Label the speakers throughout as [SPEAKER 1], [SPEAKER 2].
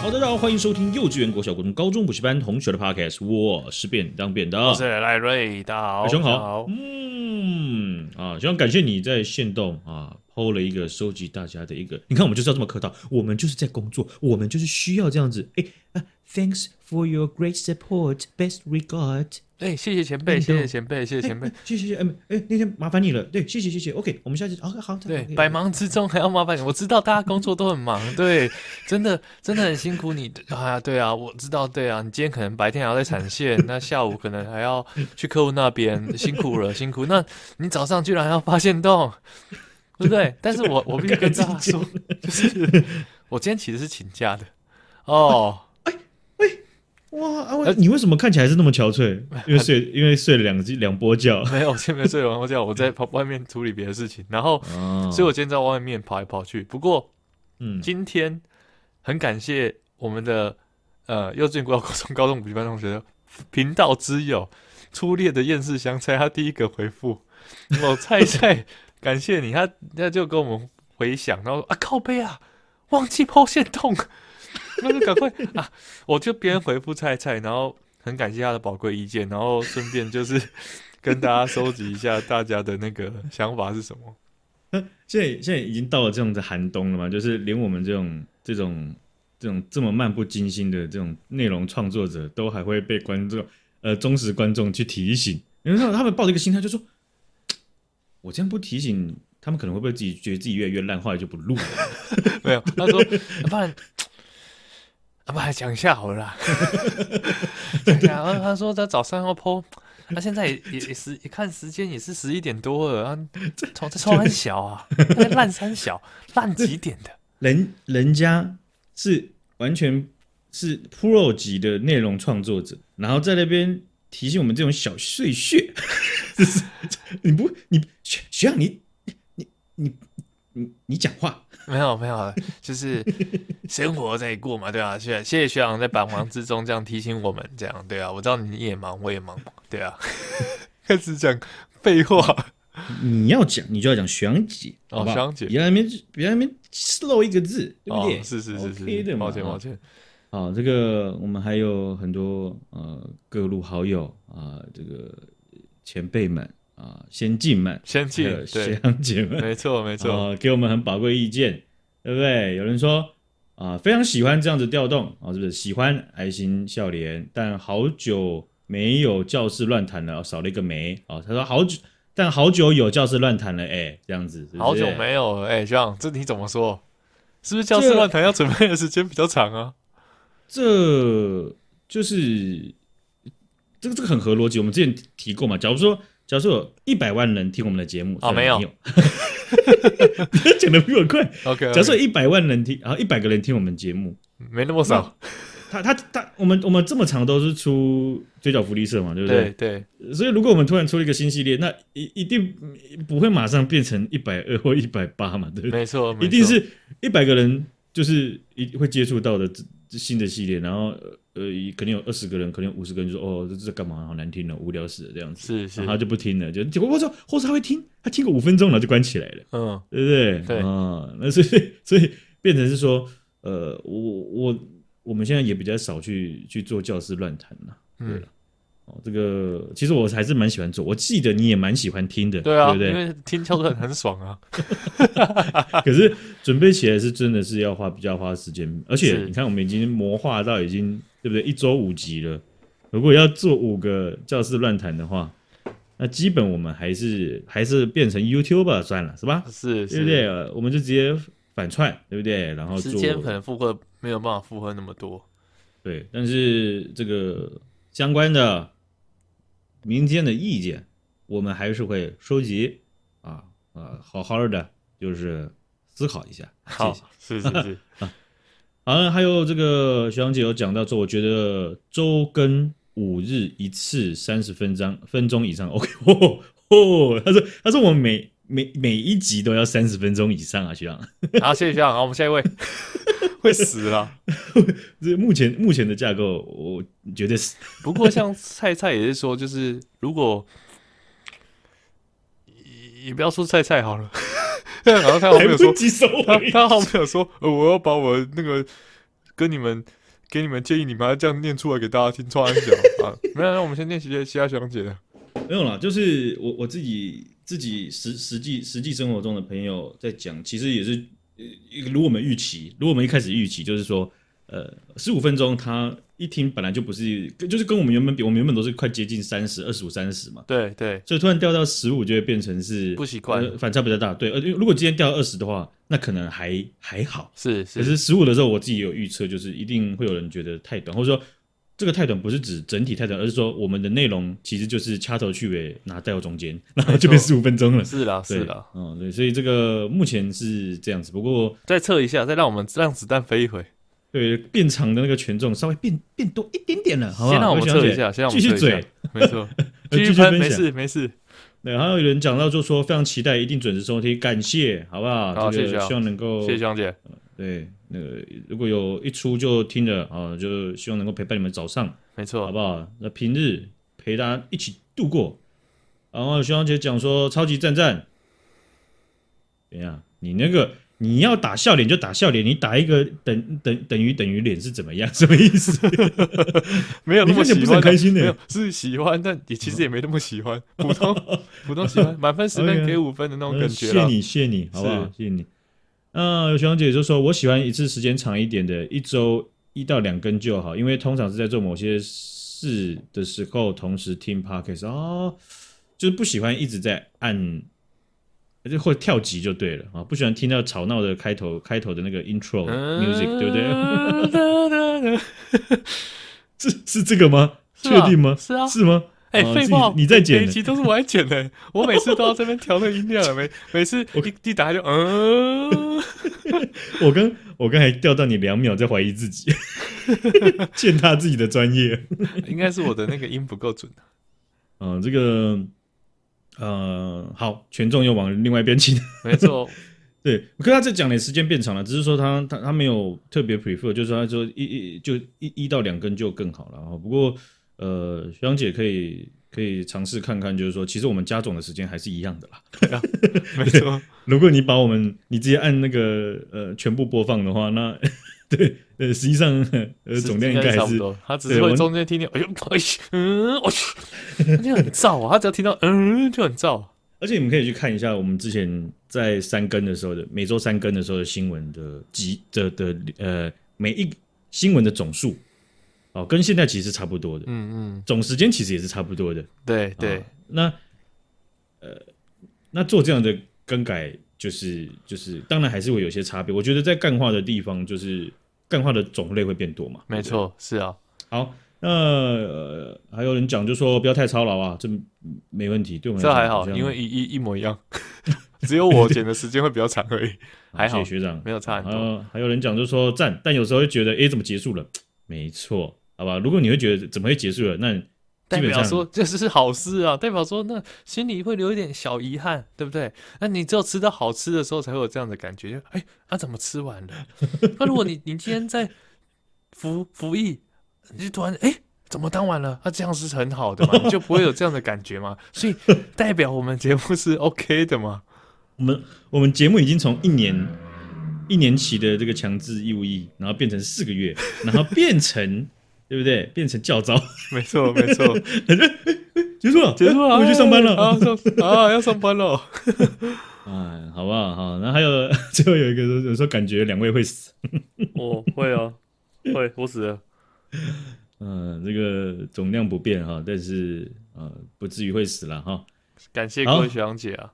[SPEAKER 1] 好的，大家欢迎收听幼稚园、国小、国中、高中补习班同学的 Podcast，我是便当便当，
[SPEAKER 2] 我是赖瑞，大家好，
[SPEAKER 1] 小熊
[SPEAKER 2] 大家
[SPEAKER 1] 好，嗯啊，非常感谢你在线动啊抛了一个收集大家的一个，你看我们就是要这么客套，我们就是在工作，我们就是需要这样子。哎、啊、，Thanks for your great support, best regard。
[SPEAKER 2] 哎，谢谢前辈，谢谢前辈，谢谢前辈
[SPEAKER 1] 哎。谢谢谢谢，哎哎，那天麻烦你了，对，谢谢谢谢，OK，我们下次好好，
[SPEAKER 2] 对，
[SPEAKER 1] OK，
[SPEAKER 2] 百忙之中还要麻烦你，我知道大家工作都很忙，对，真的真的很辛苦你啊，对啊，我知道，对啊，你今天可能白天还要在产 线，那下午可能还要去客户那边，辛苦了，辛苦。那你早上居然还要发现动，对不 对？但是我我必须跟大家说，就是我今天其实是请假的哦。
[SPEAKER 1] 哇，
[SPEAKER 2] 呃
[SPEAKER 1] 啊我你为什么看起来是那么憔悴？因为 睡因为睡了两两波觉，
[SPEAKER 2] 没有，我今天没有睡完午觉，我在跑外面处理别的事情，然后，
[SPEAKER 1] 啊
[SPEAKER 2] 所以我今天呃在外面跑来跑去。不过
[SPEAKER 1] 嗯，
[SPEAKER 2] 今天很感谢我们的呃幼稚园、国小、高中、高中补习班同学的频道之友初恋的厌世香菜，他第一个回复我菜菜，感谢你，他他就跟我们回想，然后说啊靠背啊，忘记抛线洞， 那就赶快啊，我就边回复菜菜，然后很感谢他的宝贵意见，然后顺便就是跟大家收集一下大家的那个想法是什么。
[SPEAKER 1] 现在现在已经到了这样的寒冬了嘛，就是连我们这种这种这种这么漫不经心的这种内容创作者，都还会被观众呃忠实观众去提醒。因为他们他们抱着一个心态，就说嘖我这样不提醒，他们可能会不会自己觉得自己越来越烂，后来就不录了。
[SPEAKER 2] 没有，他说，啊、不然，啊、不然讲一下好了啦。 讲一下，然后他说他早上要剖，他、现在也也也是，一看时间也是十一点多了，然后从这超很小啊，那烂三小，烂几点的？
[SPEAKER 1] 人人家是完全是 pro 级的内容创作者，然后在那边提醒我们这种小碎屑， 这是你不你学学长你你你你你讲话，
[SPEAKER 2] 没有没有，就是生活在过嘛，对啊，谢谢谢学长在百忙之中这样提醒我们，这样对啊，我知道你也忙，我也忙，对啊， 开始讲废话，
[SPEAKER 1] 你要讲你就要讲学长姐，
[SPEAKER 2] 哦
[SPEAKER 1] 好不好
[SPEAKER 2] 学长姐
[SPEAKER 1] 别在那边别在那边漏一个字，对不对？
[SPEAKER 2] 哦，是是是是
[SPEAKER 1] OK 的
[SPEAKER 2] 是，
[SPEAKER 1] 嘛哦
[SPEAKER 2] 抱歉抱歉，
[SPEAKER 1] 好，这个我们还有很多呃各路好友啊、这个前辈们啊、先进们，
[SPEAKER 2] 先
[SPEAKER 1] 还
[SPEAKER 2] 进
[SPEAKER 1] 有学
[SPEAKER 2] 对，
[SPEAKER 1] 长姐 们，
[SPEAKER 2] 没错没错。
[SPEAKER 1] 呃，给我们很宝贵意见，对不对？有人说啊、非常喜欢这样子调动啊、是不是？喜欢爱心笑脸，但好久没有教室乱谈了，哦少了一个没啊、他说好久，但好久有教室乱谈了，哎，这样子，是不是
[SPEAKER 2] 好久没有了，哎、学长，这你怎么说？是不是教室乱谈要准备的时间比较长啊？
[SPEAKER 1] 这就是这个这个很合逻辑。我们之前提过嘛，假如说假如说有一百万人听我们的节目，虽
[SPEAKER 2] 哦
[SPEAKER 1] 然
[SPEAKER 2] 没有
[SPEAKER 1] 有， 你讲的比我快。
[SPEAKER 2] OK，,
[SPEAKER 1] 假设一百万人听，然啊后一百个人听我们节目，
[SPEAKER 2] 没那么少，
[SPEAKER 1] 他他他，我们我们这么长都是出追角福利社嘛，对不
[SPEAKER 2] 对
[SPEAKER 1] 对？
[SPEAKER 2] 对，
[SPEAKER 1] 所以如果我们突然出了一个新系列，那一一定不会马上变成一百二或一百八嘛，对不对？
[SPEAKER 2] 没错，没错
[SPEAKER 1] 一定是一百个人就是一会接触到的这这新的系列，然后呃，可能有二十个人，可能五十个人就说哦，这这干嘛？好难听哦，无聊死了这样子，
[SPEAKER 2] 是是
[SPEAKER 1] 然后，他就不听了，就结果或者或者他会听，他听个五分钟了就关起来了。
[SPEAKER 2] 嗯，
[SPEAKER 1] 对不对？
[SPEAKER 2] 对
[SPEAKER 1] 啊、那所以 所以变成是说，呃，我我我们现在也比较少去去做教师乱谈了，对
[SPEAKER 2] 嗯
[SPEAKER 1] 了。哦，这个其实我还是蛮喜欢做，我记得你也蛮喜欢听的，
[SPEAKER 2] 对啊，
[SPEAKER 1] 不
[SPEAKER 2] 因
[SPEAKER 1] 对？
[SPEAKER 2] 为听教室很 爽啊，
[SPEAKER 1] 可是准备起来是真的是要花比较花时间，而且
[SPEAKER 2] 是
[SPEAKER 1] 你看我们已经魔化到已经对不对？一周五集了，如果要做五个教师乱谈的话，那基本我们还是还是变成 YouTube 吧算了，是吧？对
[SPEAKER 2] 是
[SPEAKER 1] 不
[SPEAKER 2] 是，
[SPEAKER 1] 对？呃我们就直接反串，对不对？然后
[SPEAKER 2] 时
[SPEAKER 1] 做
[SPEAKER 2] 间可能负荷没有办法负荷那 么多，
[SPEAKER 1] 对，但是这个相关的民间的意见，我们还是会收集啊啊，好好的就是思考一下。
[SPEAKER 2] 好
[SPEAKER 1] 谢谢，
[SPEAKER 2] 是是是，
[SPEAKER 1] 好了，还有这个小杨姐有讲到说，我觉得周更五日一次三十分章分钟以上，OK 哦哦，他说他说我们每每每一集都要三十分钟以上啊，学长。
[SPEAKER 2] 好，谢谢学长，好，我们下一 位，会死了。
[SPEAKER 1] 啊这目前目前的架构，我觉得是
[SPEAKER 2] 不过像菜菜也是说，就是如果也也不要说菜菜好了， 然后他好像没
[SPEAKER 1] 来
[SPEAKER 2] 有说
[SPEAKER 1] 不，及收
[SPEAKER 2] 他
[SPEAKER 1] 尾。
[SPEAKER 2] 哦他好像没有说，呃我要把我那个跟你们给你们建议，你们要这样念出来给大家听，创安讲 啊。没有，那我们先念其他其他学长姐的。
[SPEAKER 1] 没有啦，就是我我自己自己实实际实际生活中的朋友在讲，其实也是呃，如我们预期，如我们一开始预期就是说，呃，十五分钟他一听本来就不是，就是跟我们原本比，我们原本都是快接近三十、二十五、三十嘛，
[SPEAKER 2] 对对，
[SPEAKER 1] 所以突然掉到十五就会变成是
[SPEAKER 2] 不习惯
[SPEAKER 1] 呃反差比较大。对，呃，因为如果今天掉到二十的话，那可能还还好。
[SPEAKER 2] 是
[SPEAKER 1] 可是十五的时候，我自己有预测，就是一定会有人觉得太短，或者说这个太短不是指整体太短，而是说我们的内容其实就是掐头去尾，拿带到中间，然后就变十五分钟了。
[SPEAKER 2] 是啦
[SPEAKER 1] 对
[SPEAKER 2] 是啦，，
[SPEAKER 1] 嗯，对，所以这个目前是这样子，不过
[SPEAKER 2] 再测一下，再让我们让子弹飞一回。
[SPEAKER 1] 对变长的那个权重稍微变变多一点点了，好不好？
[SPEAKER 2] 先让我们
[SPEAKER 1] 各位
[SPEAKER 2] 测
[SPEAKER 1] 小姐
[SPEAKER 2] 一下，先让我
[SPEAKER 1] 继
[SPEAKER 2] 们
[SPEAKER 1] 续
[SPEAKER 2] 测一
[SPEAKER 1] 嘴
[SPEAKER 2] 下。，没错，
[SPEAKER 1] 呃
[SPEAKER 2] 继
[SPEAKER 1] 继
[SPEAKER 2] 续
[SPEAKER 1] 续
[SPEAKER 2] 喷，
[SPEAKER 1] 分
[SPEAKER 2] 没
[SPEAKER 1] 享
[SPEAKER 2] 事没事。
[SPEAKER 1] 对，还有人讲到就说非常期待，一定准时收听，感谢，好不好？
[SPEAKER 2] 好
[SPEAKER 1] 这个
[SPEAKER 2] 谢谢啊
[SPEAKER 1] 希望能够
[SPEAKER 2] 谢谢香姐，
[SPEAKER 1] 对那个如果有一出就听了啊，就希望能够陪伴你们早上。
[SPEAKER 2] 没错
[SPEAKER 1] 好，不好？那平日陪大家一起度过。然后熊小姐讲说超级赞赞，怎样？你那个你要打笑脸就打笑脸，你打一个等等等于等于脸是怎么样？ 什么意思？
[SPEAKER 2] 没有那
[SPEAKER 1] 你看
[SPEAKER 2] 么
[SPEAKER 1] 起来
[SPEAKER 2] 喜
[SPEAKER 1] 不是
[SPEAKER 2] 欢
[SPEAKER 1] 很
[SPEAKER 2] 的，
[SPEAKER 1] 开心呢
[SPEAKER 2] 没有是喜欢，但也其实也没那么喜 欢，普通普通喜欢，满分十
[SPEAKER 1] OK
[SPEAKER 2] 分
[SPEAKER 1] 啊
[SPEAKER 2] 给五分的那种
[SPEAKER 1] 呃
[SPEAKER 2] 感觉
[SPEAKER 1] 谢
[SPEAKER 2] 啦。
[SPEAKER 1] 你谢你，好不好
[SPEAKER 2] 是？
[SPEAKER 1] 谢谢你。嗯、熊小姐就说我喜欢一次时间长一点的，一周一到两根就好，因为通常是在做某些事的时候同时听 podcast 哦，就是不喜欢一直在按。就或者跳级就对了啊，不喜欢听到吵闹的开头，开头的那个 intro
[SPEAKER 2] 啊
[SPEAKER 1] music，、对不对？
[SPEAKER 2] 嗯对？
[SPEAKER 1] 是是这个吗？
[SPEAKER 2] 是
[SPEAKER 1] 确
[SPEAKER 2] 啊
[SPEAKER 1] 定吗？
[SPEAKER 2] 是啊
[SPEAKER 1] 是吗？
[SPEAKER 2] 哎
[SPEAKER 1] 哦，
[SPEAKER 2] 废
[SPEAKER 1] 自己
[SPEAKER 2] 话，
[SPEAKER 1] 你在
[SPEAKER 2] 每
[SPEAKER 1] 剪
[SPEAKER 2] 一
[SPEAKER 1] 的
[SPEAKER 2] 集都是我在剪的，我每次都要这边调那个音量，啊每每次一一打就嗯，
[SPEAKER 1] 我刚我刚才掉到你两秒，在怀疑自己， 践踏自己的专业。
[SPEAKER 2] 应该是我的那个音不够准。啊
[SPEAKER 1] 嗯，这个呃，好，权重又往另外一边倾。
[SPEAKER 2] 没错，
[SPEAKER 1] 对，可是他这讲的时间变长了，只是说他他他没有特别 prefer，就是说他说一一就一一到两根就更好了。哦不过呃，学长姐可以可以尝试看看，就是说其实我们加总的时间还是一样的啦。
[SPEAKER 2] 没 错，
[SPEAKER 1] 如果你把我们你直接按那个呃全部播放的话，那 对呃实际上呃总量应该
[SPEAKER 2] 差
[SPEAKER 1] 还
[SPEAKER 2] 不
[SPEAKER 1] 是
[SPEAKER 2] 多。他只
[SPEAKER 1] 对
[SPEAKER 2] 是
[SPEAKER 1] 我
[SPEAKER 2] 会
[SPEAKER 1] 们
[SPEAKER 2] 中间听听，哎呦，哎，嗯，我去，他就很燥啊。他只要听到嗯就很燥。
[SPEAKER 1] 而且你们可以去看一下我们之前在三更的时候的每周三更的时候的新闻的集的的呃每一新闻的总数哦，跟现在其实差不多的，
[SPEAKER 2] 嗯嗯，
[SPEAKER 1] 总时间其实也是差不多的。
[SPEAKER 2] 对对
[SPEAKER 1] 啊，那呃，那做这样的更改，就是就是当然还是会有些差别。我觉得在干化的地方，就是干化的种类会变多嘛。
[SPEAKER 2] 没错，是啊，
[SPEAKER 1] 好。那、呃、还有人讲，就说不要太操劳啊，这没问题，对我们来
[SPEAKER 2] 这
[SPEAKER 1] 讲
[SPEAKER 2] 还好，
[SPEAKER 1] 像
[SPEAKER 2] 因为一一一模 一样，只有我剪的时间会比较长而已，还好
[SPEAKER 1] 谢谢学长。
[SPEAKER 2] 没有差很
[SPEAKER 1] 还
[SPEAKER 2] 多。
[SPEAKER 1] 有哦还有人讲就说赞，但有时候会觉得，诶，怎么结束了？没错，好吧。如果你会觉得怎么会结束了，那
[SPEAKER 2] 代
[SPEAKER 1] 基本
[SPEAKER 2] 表
[SPEAKER 1] 上
[SPEAKER 2] 说这是好事啊，代表说那心里会留一点小遗憾，对不对？那你只有吃到好吃的时候才会有这样的感觉，就哎，啊怎么吃完了？ 那如果你你今天在服服役，你就突然哎怎么当完了？那、啊、这样是很好 的嘛，你就不会有这样的感觉嘛。所以代表我们节目是 OK 的嘛。
[SPEAKER 1] 我们我们节目已经从一年一年期的这个强制义务役，然后变成四个 月，然后变成对不对？变成教招，
[SPEAKER 2] 没 错，没错，
[SPEAKER 1] 结束了，
[SPEAKER 2] 结束了，
[SPEAKER 1] 我去上班了。
[SPEAKER 2] 啊，上啊要上班了。
[SPEAKER 1] 哎，好不好？好，然后还有 最后有一个说，有时候感觉两位会死。
[SPEAKER 2] 哦，会啊，会，我死了。
[SPEAKER 1] 嗯、这个总量不变哈，但是呃，不至于会死了哈。
[SPEAKER 2] 感谢
[SPEAKER 1] 好
[SPEAKER 2] 各位学长姐啊。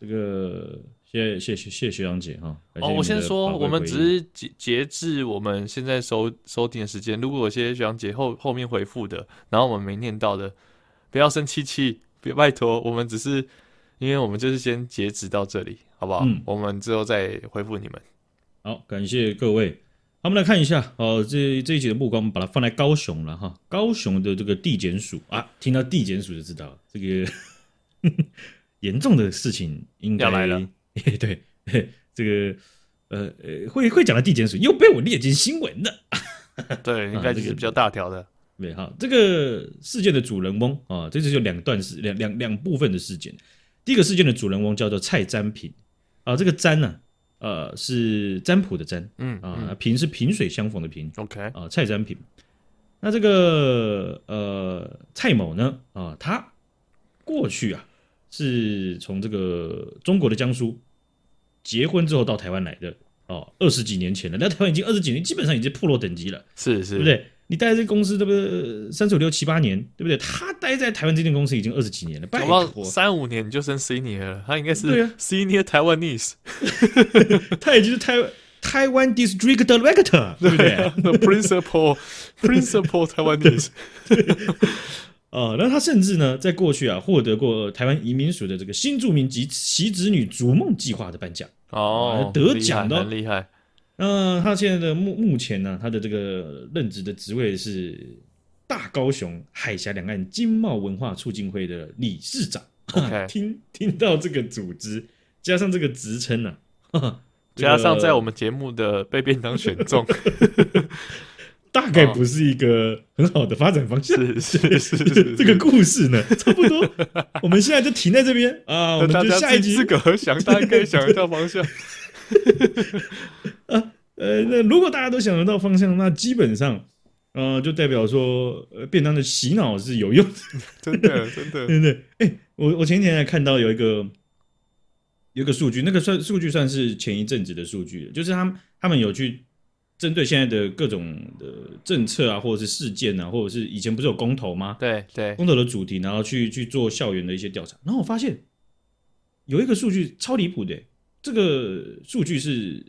[SPEAKER 1] 这个谢谢谢谢学长姐哈。感谢你
[SPEAKER 2] 哦，我
[SPEAKER 1] 们
[SPEAKER 2] 先
[SPEAKER 1] 的
[SPEAKER 2] 说，
[SPEAKER 1] 宝贵
[SPEAKER 2] 我们
[SPEAKER 1] 回忆
[SPEAKER 2] 只是截截至我们现在收收听的时间。如果有些学长姐后后面回复的，然后我们没念到的，不要生气气，别拜托，我们只是因为我们就是先截止到这里，好不好？
[SPEAKER 1] 嗯
[SPEAKER 2] 我们之后再回 复你们。
[SPEAKER 1] 好，感谢各位。好，我们来看一下，哦，这这一集的目光，我们把它放在高雄了哈。高雄的这个地检署啊，听到地检署就知道了这个 严重的事情应该
[SPEAKER 2] 要来了。
[SPEAKER 1] 嘿 对，嘿这个呃呃，会会讲到地检署又被我列进新闻了。
[SPEAKER 2] 对，应该
[SPEAKER 1] 啊这
[SPEAKER 2] 就是
[SPEAKER 1] 个
[SPEAKER 2] 比较大条的。
[SPEAKER 1] 对，好，这个事件的主人翁啊，这次有两段事，两两两部分的事件。第一个事件的主人翁叫做蔡占平啊，这个占呢、啊，呃，是占卜的占
[SPEAKER 2] 嗯
[SPEAKER 1] 啊，
[SPEAKER 2] 嗯
[SPEAKER 1] 那萍是萍水相逢的萍
[SPEAKER 2] ，OK，
[SPEAKER 1] 啊，蔡占萍。那这个呃蔡某呢啊，他过去啊是从这个中国的江苏结婚之后到台湾来的哦，二十几年前了，那台湾已经二十几年，基本上已经是部落等级了。
[SPEAKER 2] 是是，
[SPEAKER 1] 对不？对？你待在这公司，对不对？三九六七八年，对不对？他待在台湾这间公司已经二十几年了，拜
[SPEAKER 2] 搞不
[SPEAKER 1] 托，
[SPEAKER 2] 好三五年你就升 senior 了，他应该是
[SPEAKER 1] 对啊
[SPEAKER 2] senior Taiwanese
[SPEAKER 1] 他已经是台台湾 district director，对不 对？
[SPEAKER 2] principal principal Taiwanese，
[SPEAKER 1] 哦，那他甚至呢，在过去啊，获得过台湾移民署的这个新住民及其子女逐梦计划的颁奖。
[SPEAKER 2] 哦，
[SPEAKER 1] 得奖的哦
[SPEAKER 2] 很 厉害，
[SPEAKER 1] 那他现在的目目前呢、他的这个任职的职位是大高雄海峡两岸经贸文化促进会的理事长。
[SPEAKER 2] OK
[SPEAKER 1] 听听到这个组织，加上这个职称呢、啊，
[SPEAKER 2] 加上在我
[SPEAKER 1] 们
[SPEAKER 2] 们节目的被便当选 中，
[SPEAKER 1] 大概不是一个很好的发展方向。
[SPEAKER 2] 是是 是 是，
[SPEAKER 1] 这个故事呢，差不多，我们现在就停在这边啊，我
[SPEAKER 2] 大
[SPEAKER 1] 们就
[SPEAKER 2] 家
[SPEAKER 1] 下一
[SPEAKER 2] 自
[SPEAKER 1] 集
[SPEAKER 2] 自。个儿想，大家可以想一下方 向。
[SPEAKER 1] 呃，那如果大家都想得到方向，那基本上，呃，就代表说，呃，便当的洗脑是有用的
[SPEAKER 2] 真的真的，
[SPEAKER 1] 对对，哎、我我前几天还看到有一个有一个数据，那个算数据算是前一阵子的数据了，就是他们他们有去针对现在的各种的政策啊，或者是事件啊，或者是以前不是有公投吗？
[SPEAKER 2] 对对，
[SPEAKER 1] 公投的主题，然后去去做校园的一些调查，然后我发现有一个数据超离谱的、这个数据是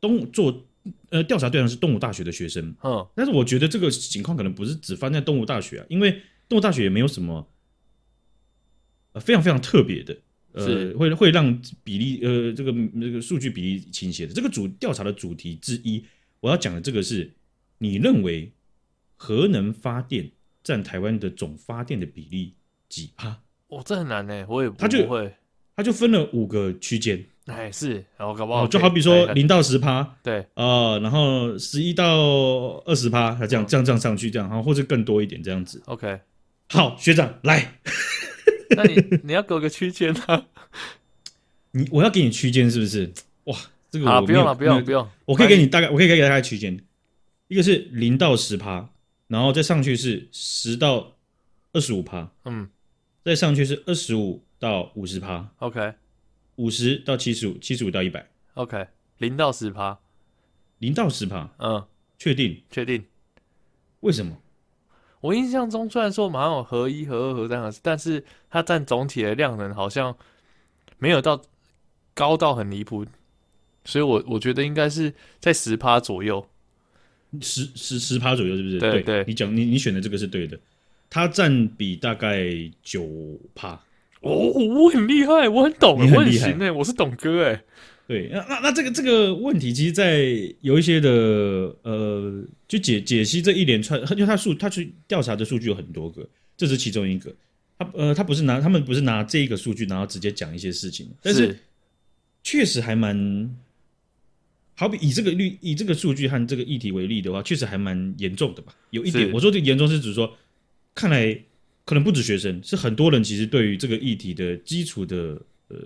[SPEAKER 1] 东做呃调查对象是东吴大学的学生，
[SPEAKER 2] 嗯，
[SPEAKER 1] 但是我觉得这个情况可能不是只发生在东吴大学啊，因为东吴大学也没有什么呃非常非常特别的，呃
[SPEAKER 2] 是，
[SPEAKER 1] 会会让比例呃这个这个数据比例倾斜的。这个主调查的主题之一，我要讲的这个是，你认为核能发电占台湾的总发电的比例几趴？
[SPEAKER 2] 我这很难呢，我也
[SPEAKER 1] 他就
[SPEAKER 2] 不会，
[SPEAKER 1] 它就分了五个区间，
[SPEAKER 2] 哎是，然后搞不好
[SPEAKER 1] 哦，就好比
[SPEAKER 2] 可以
[SPEAKER 1] 说
[SPEAKER 2] 来
[SPEAKER 1] 零到十趴，
[SPEAKER 2] 对
[SPEAKER 1] 呃，然后十一到二十趴，它这样这样这样上去，这样，然后或者更多一点这样子。
[SPEAKER 2] OK，
[SPEAKER 1] 好，学长来，
[SPEAKER 2] 那你你要给我个区间 啊，
[SPEAKER 1] 你我要给你区间是不是？哇，这个我
[SPEAKER 2] 好了，啊不用
[SPEAKER 1] 没
[SPEAKER 2] 了
[SPEAKER 1] 有
[SPEAKER 2] 不用
[SPEAKER 1] 没
[SPEAKER 2] 了
[SPEAKER 1] 有
[SPEAKER 2] 不用，
[SPEAKER 1] 我可以给你大概，我可以给你大概区间，一个是零到十趴，然后再上去是十到二十五趴，
[SPEAKER 2] 嗯
[SPEAKER 1] 再上去是二十五到五十趴，
[SPEAKER 2] ，OK
[SPEAKER 1] 五十到七十五，七十五到一百，
[SPEAKER 2] OK，零到十趴，
[SPEAKER 1] 零到十趴，
[SPEAKER 2] 嗯，
[SPEAKER 1] 确定？
[SPEAKER 2] 确定。
[SPEAKER 1] 为什么？
[SPEAKER 2] 我印象中，虽然说马上有合一、合二、合三、合四，但是它占总体的量能好像没有到高到很离谱，所以我我觉得应该是在十趴左右。
[SPEAKER 1] 十十十趴左右是不是？
[SPEAKER 2] 对对
[SPEAKER 1] 你讲你你选的这个是对的，它占比大概九趴。
[SPEAKER 2] 哦，我很厉害，我很懂，
[SPEAKER 1] 你很
[SPEAKER 2] 我很
[SPEAKER 1] 厉害
[SPEAKER 2] 行哎，我是懂哥哎。
[SPEAKER 1] 对，那那那这个这个问题，其实，在有一些的呃，就解解析这一连串，因为他数他去调查的数据有很多个，这是其中一个。他呃，他不是拿他们不是拿这一个数据，然后直接讲一些事情，但是确实还蛮，好比以这个律以这个数据和这个议题为例的话，确实还蛮严重的吧。有一点，
[SPEAKER 2] 是
[SPEAKER 1] 我说这个严重是指说，看来可能不止学生，是很多人其实对于这个议题的基础的呃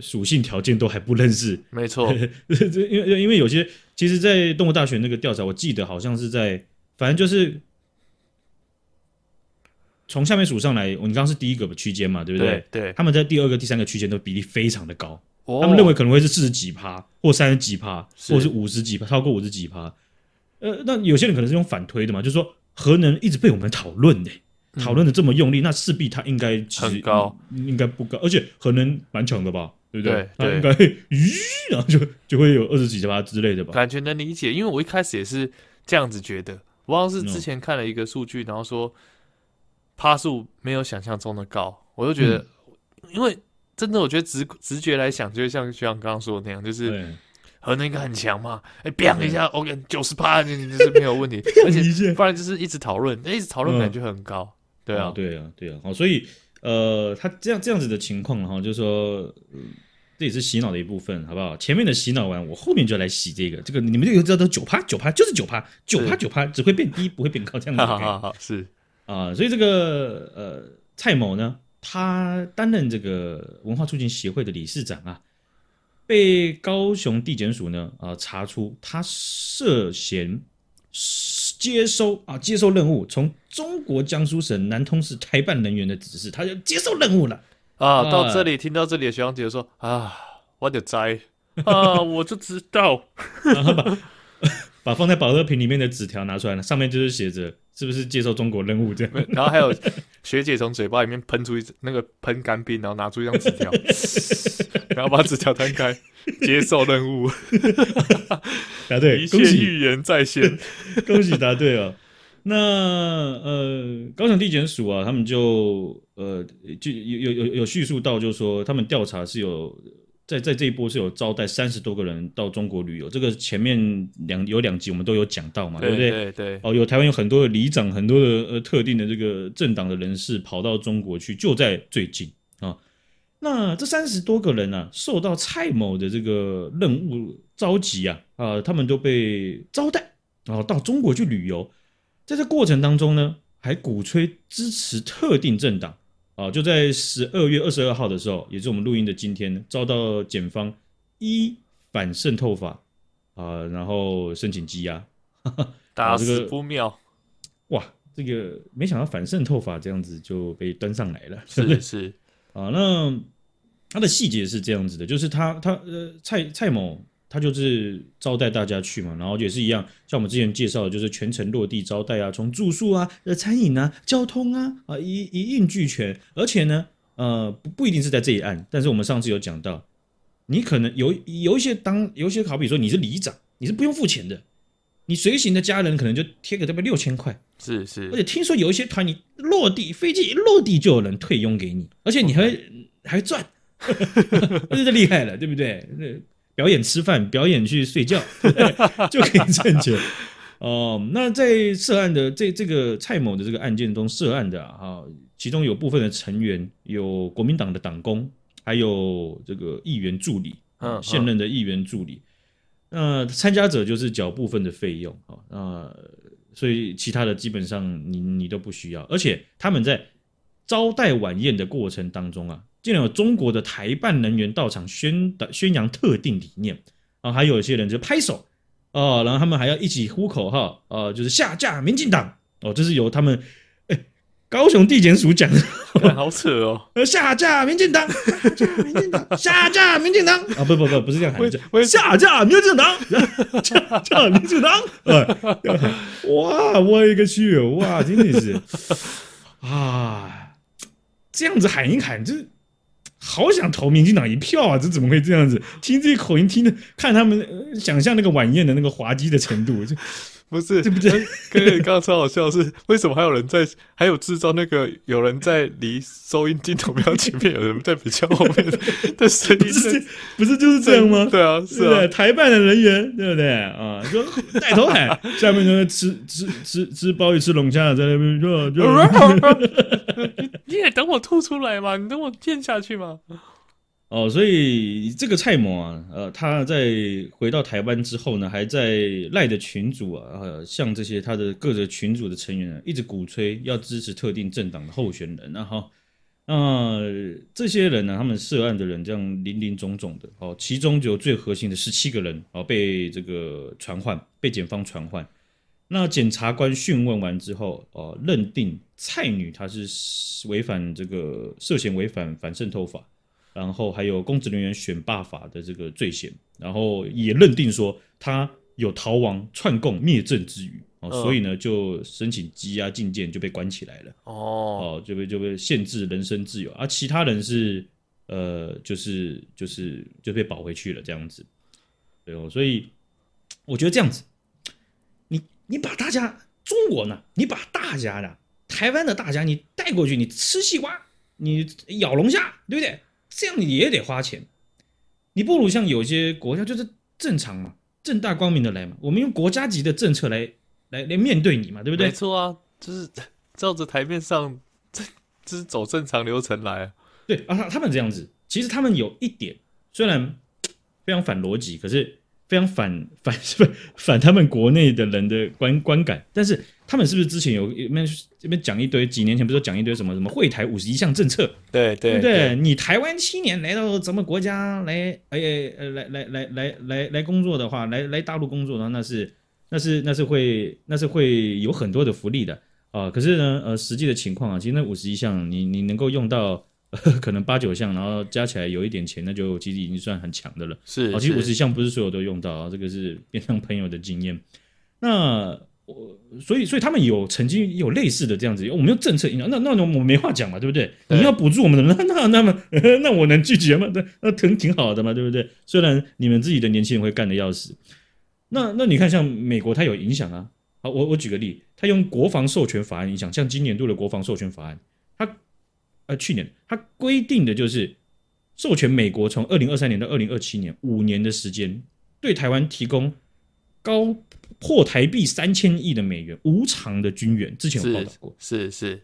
[SPEAKER 1] 属性条件都还不认识。
[SPEAKER 2] 没错，
[SPEAKER 1] 这这因为因为有些，其实，在动物大学那个调查，我记得好像是在，反正就是从下面数上来，你刚刚是第一个区间嘛，对不对？
[SPEAKER 2] 对对，
[SPEAKER 1] 他们在第二个、第三个区间都比例非常的高，
[SPEAKER 2] 他
[SPEAKER 1] 他们认为可能会是四十几趴，或三十几趴，
[SPEAKER 2] 哦是
[SPEAKER 1] 或是五十几趴，超过五十几趴。呃，那有些人可能是用反推的嘛，就是说核能一直被我们讨论的、讨论的这么用力，那势必它应该其实
[SPEAKER 2] 嗯很高，
[SPEAKER 1] 应应该不高，而且核能蛮强的吧，对不
[SPEAKER 2] 对
[SPEAKER 1] 它
[SPEAKER 2] 对
[SPEAKER 1] 应该 会咦，然后就就会有二十几趴之类的吧。
[SPEAKER 2] 哦感觉能理解，因为我一开始也是这样子觉得。我好像
[SPEAKER 1] 嗯
[SPEAKER 2] 是之前看了一个数据，然后说趴数没有想象中的高，我就觉
[SPEAKER 1] 嗯
[SPEAKER 2] 得，因为真的我觉得直直觉来想，就像学长刚刚说的那样，就是
[SPEAKER 1] 对，嗯
[SPEAKER 2] 核能应该很强嘛，哎、砰一下，OK，九十趴，你你就是没有 问题，而
[SPEAKER 1] 一
[SPEAKER 2] 且
[SPEAKER 1] 下
[SPEAKER 2] 不然就是一直讨论，一直讨论
[SPEAKER 1] 嗯
[SPEAKER 2] 感觉很高，对啊，
[SPEAKER 1] 哦对啊，对啊，好，所以呃，他这样这样子的情况哈，就是说、呃这也是洗脑的一部分，好不好？前面的洗脑完，我后面就要来洗这个，这个你们就知道都九趴，九趴就是九趴，九趴九趴只会变低，不会变高， 这样子 的
[SPEAKER 2] 哈哈
[SPEAKER 1] 概念
[SPEAKER 2] 哈哈，是
[SPEAKER 1] 啊、所以这个呃，蔡某呢，他担任这个文化促进协会的理事长啊，被高雄地检署呢啊、查出他涉嫌接收啊接收任务，从中国江苏省南通市台办人员的指示，他就接收任务了。
[SPEAKER 2] 啊，
[SPEAKER 1] 啊
[SPEAKER 2] 到这里听到这里的学长姐说啊，我的灾啊，我就知 道，
[SPEAKER 1] 把放在保乐瓶里面的纸条拿出来了，上面就是写着是不是接受中国任务这样。
[SPEAKER 2] 然后还有学姐从嘴巴里面喷出一那个喷干冰，然后拿出一张纸 条，然后把纸条摊开，接受任务，
[SPEAKER 1] 答啊对，
[SPEAKER 2] 一切
[SPEAKER 1] 恭喜
[SPEAKER 2] 预言在先。
[SPEAKER 1] 恭喜答对了。那呃，高雄地检署啊，他们就呃就有有有有叙述到，就是说他们调查是有在在这一波是有招待三十多个人到中国旅游，这个前面两有两集我们都有讲到 嘛，对
[SPEAKER 2] 对
[SPEAKER 1] 不对？
[SPEAKER 2] 对对，
[SPEAKER 1] 哦，有台湾有很多的里长，很多的呃特定的这个政党的人士跑到中国去，就在最近啊、那这三十多个人啊，受到蔡某的这个任务召集啊，啊、他们都被招待啊、到中国去旅游。在这过程当中呢，还鼓吹支持特定政党啊、就在十二月二十二号的时候，也是我们录音的今天呢，遭到检方依反渗透法啊、然后申请羁押。
[SPEAKER 2] 打
[SPEAKER 1] 这个
[SPEAKER 2] 死不 妙，
[SPEAKER 1] 哇，这个没想到反渗透法这样子就被端上来了，对不对
[SPEAKER 2] 是是，
[SPEAKER 1] 啊，那它的细节是这样子的，就是他他呃蔡蔡某他就是招待大家去嘛，然后也是一样，像我们之前介绍的，就是全程落地招待啊，从住宿啊、呃餐饮啊、交通啊啊一一应俱全，而且呢，呃不不一定是在这一案，但是我们上次有讲到，你可能有有一些当有一些好比说你是里长，你是不用付钱的。你随行的家人可能就贴个大概六千块，
[SPEAKER 2] 是
[SPEAKER 1] 而
[SPEAKER 2] 是
[SPEAKER 1] 且听说有一些团，你落地飞机一落地就有人退佣给你，而且你还会还会赚， 这就厉害了，对不对？那表演吃饭，表演去睡觉，对不对 就可以挣钱。哦，那在涉案的这这个蔡某的这个案件中涉案的啊，其中有部分的成员有国民党的党工，还有这个议员助理，哦
[SPEAKER 2] 嗯
[SPEAKER 1] 现任的议员助理。那参加者就是缴部分的费用啊，那、所以其他的基本上你你都不需要，而且他们在招待晚宴的过程当中啊，竟然有中国的台办人员到场宣导宣扬特定理念啊，还有一些人就拍手哦，然后他们还要一起呼口号啊，就是下架民进党哦，这是由他们哎高雄地检署讲的
[SPEAKER 2] 干好扯哦，
[SPEAKER 1] 呃，下架民进党，下架民进 党，下架民进党啊！不不不，不是这样喊，
[SPEAKER 2] 我
[SPEAKER 1] 就
[SPEAKER 2] 我
[SPEAKER 1] 下架民进 党，下架民进党！哎这样喊哇，我一个去，哇，真的 是啊，这样子喊一喊，这好想投民进党一票啊！这怎么会这样子？听这口音，听的看他们、呃想象那个晚宴的那个滑稽的程度， 就
[SPEAKER 2] 不是
[SPEAKER 1] 对不对？
[SPEAKER 2] 哥哥，你刚刚超好笑的是，为什么还有人在，还有制造那个有人在离收音机投标前面，有人在比较后面的声音
[SPEAKER 1] 不是不是就是这样吗？
[SPEAKER 2] 对啊，是
[SPEAKER 1] 对不对？
[SPEAKER 2] 啊，
[SPEAKER 1] 台办的人员，对不对啊？说带头喊，下面就是吃吃吃吃鲍鱼、吃龙虾的，在那边说就
[SPEAKER 2] 啊 呃你也等我吐出来嘛，你等我咽下去嘛。
[SPEAKER 1] 哦，所以这个蔡某啊，呃，他在回到台湾之后呢，还在赖的群主啊，呃，向这些他的各个群组的成员啊，一直鼓吹要支持特定政党的候选人啊，哈。那、这些人呢，他们涉案的人这样林林总总的哦，其中就有最核心的十七个人哦，被这个传唤，被检方传唤。那检察官讯问完之后，哦，认定蔡女她是违反这个涉嫌违反反渗透法，然后还有公职人员选罢法的这个罪嫌，然后也认定说他有逃亡、串供、灭证之余哦，
[SPEAKER 2] 嗯
[SPEAKER 1] 所以呢就申请羁押禁见，就被关起来了
[SPEAKER 2] 哦，
[SPEAKER 1] 哦，就被就被限制人身自由，而、其他人是呃就是就是就被保回去了这样子，对哦，所以我觉得这样子，你你把大家中国呢，你把大家呢，台湾的大家你带过去，你吃西瓜，你咬龙虾，对不对？这样你也得花钱，你不如像有些国家就是正常嘛，正大光明的来嘛，我们用国家级的政策来来来面对你嘛，对不对
[SPEAKER 2] 没？错啊，就是 照着台面上，这这是走正常流程来啊。
[SPEAKER 1] 对啊，他他们这样子，其实他们有一点虽然非常反逻辑，可是非常反反 是不是反他们国内的人的观观感。但是他们是不是之前有有没有这边讲一堆，几年前不是讲一堆什么什么会台五十一项政策，
[SPEAKER 2] 对
[SPEAKER 1] 对
[SPEAKER 2] 对
[SPEAKER 1] 不对？你台湾七年来到咱们国家来，哎呃来来来来来来工作的话，来来大陆工作的话，那是那是那是会那是会有很多的福利的啊、可是呢，呃，实际的情况啊，其实那五十一项，你你能够用到。呃可能八九项，然后加起来有一点钱，那就其实已经算很强的了。
[SPEAKER 2] 是
[SPEAKER 1] 哦，其实五
[SPEAKER 2] 是
[SPEAKER 1] 十项不是所有都用到啊，这个是边上朋友的经验。那我所以所以他们有曾经有类似的这样子，我们用政策影响，那那我们没话讲嘛，对不对？
[SPEAKER 2] 对
[SPEAKER 1] 你要补助我们的，那那那么 那我能拒绝吗？那那挺挺好的嘛，对不对？虽然你们自己的年轻人会干的要死，那那你看像美国它有影响啊。好，我我举个例，它用国防授权法案影响，像今年度的国防授权法案，它呃去年它规定的就是授权美国从二零二三年到二零二七年五年的时间，对台湾提供高破台币三千亿的美元无偿的军援。之前有报道过，
[SPEAKER 2] 是是，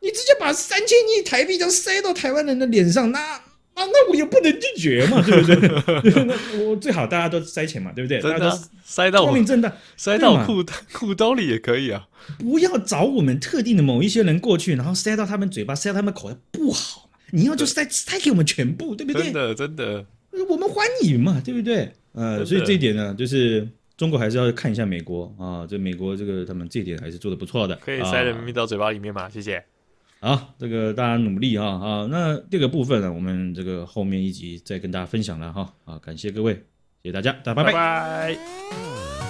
[SPEAKER 1] 你直接把三千亿台币这样塞到台湾人的脸上，那那那我也不能拒绝嘛，对 不对？那我最好大家都塞钱嘛，对不 对？
[SPEAKER 2] 真
[SPEAKER 1] 大
[SPEAKER 2] 的
[SPEAKER 1] 家
[SPEAKER 2] 啊
[SPEAKER 1] 都
[SPEAKER 2] 塞到
[SPEAKER 1] 光
[SPEAKER 2] 我
[SPEAKER 1] 明正大，
[SPEAKER 2] 塞
[SPEAKER 1] 对
[SPEAKER 2] 到
[SPEAKER 1] 嘛
[SPEAKER 2] 我裤 裤兜里也可以啊。
[SPEAKER 1] 不要找我们特定的某一些人过去，然后塞到他们嘴巴，塞到他们口袋，不好嘛。你要就塞塞给我们全部，对不对
[SPEAKER 2] 真？的真的，
[SPEAKER 1] 我们欢迎嘛，对不对？呃，
[SPEAKER 2] 对
[SPEAKER 1] 所以这一点呢，就是中国还是要看一下美国啊，这美国这个他们这一点还是做的不错的，
[SPEAKER 2] 可以塞人
[SPEAKER 1] 啊
[SPEAKER 2] 民币到嘴巴里面嘛？谢谢。
[SPEAKER 1] 好，这个大家努力哈啊！那这个部分呢，我们这个后面一集再跟大家分享了哈啊！感谢各位，谢谢大家，大家拜拜。
[SPEAKER 2] 拜。
[SPEAKER 3] Thank you.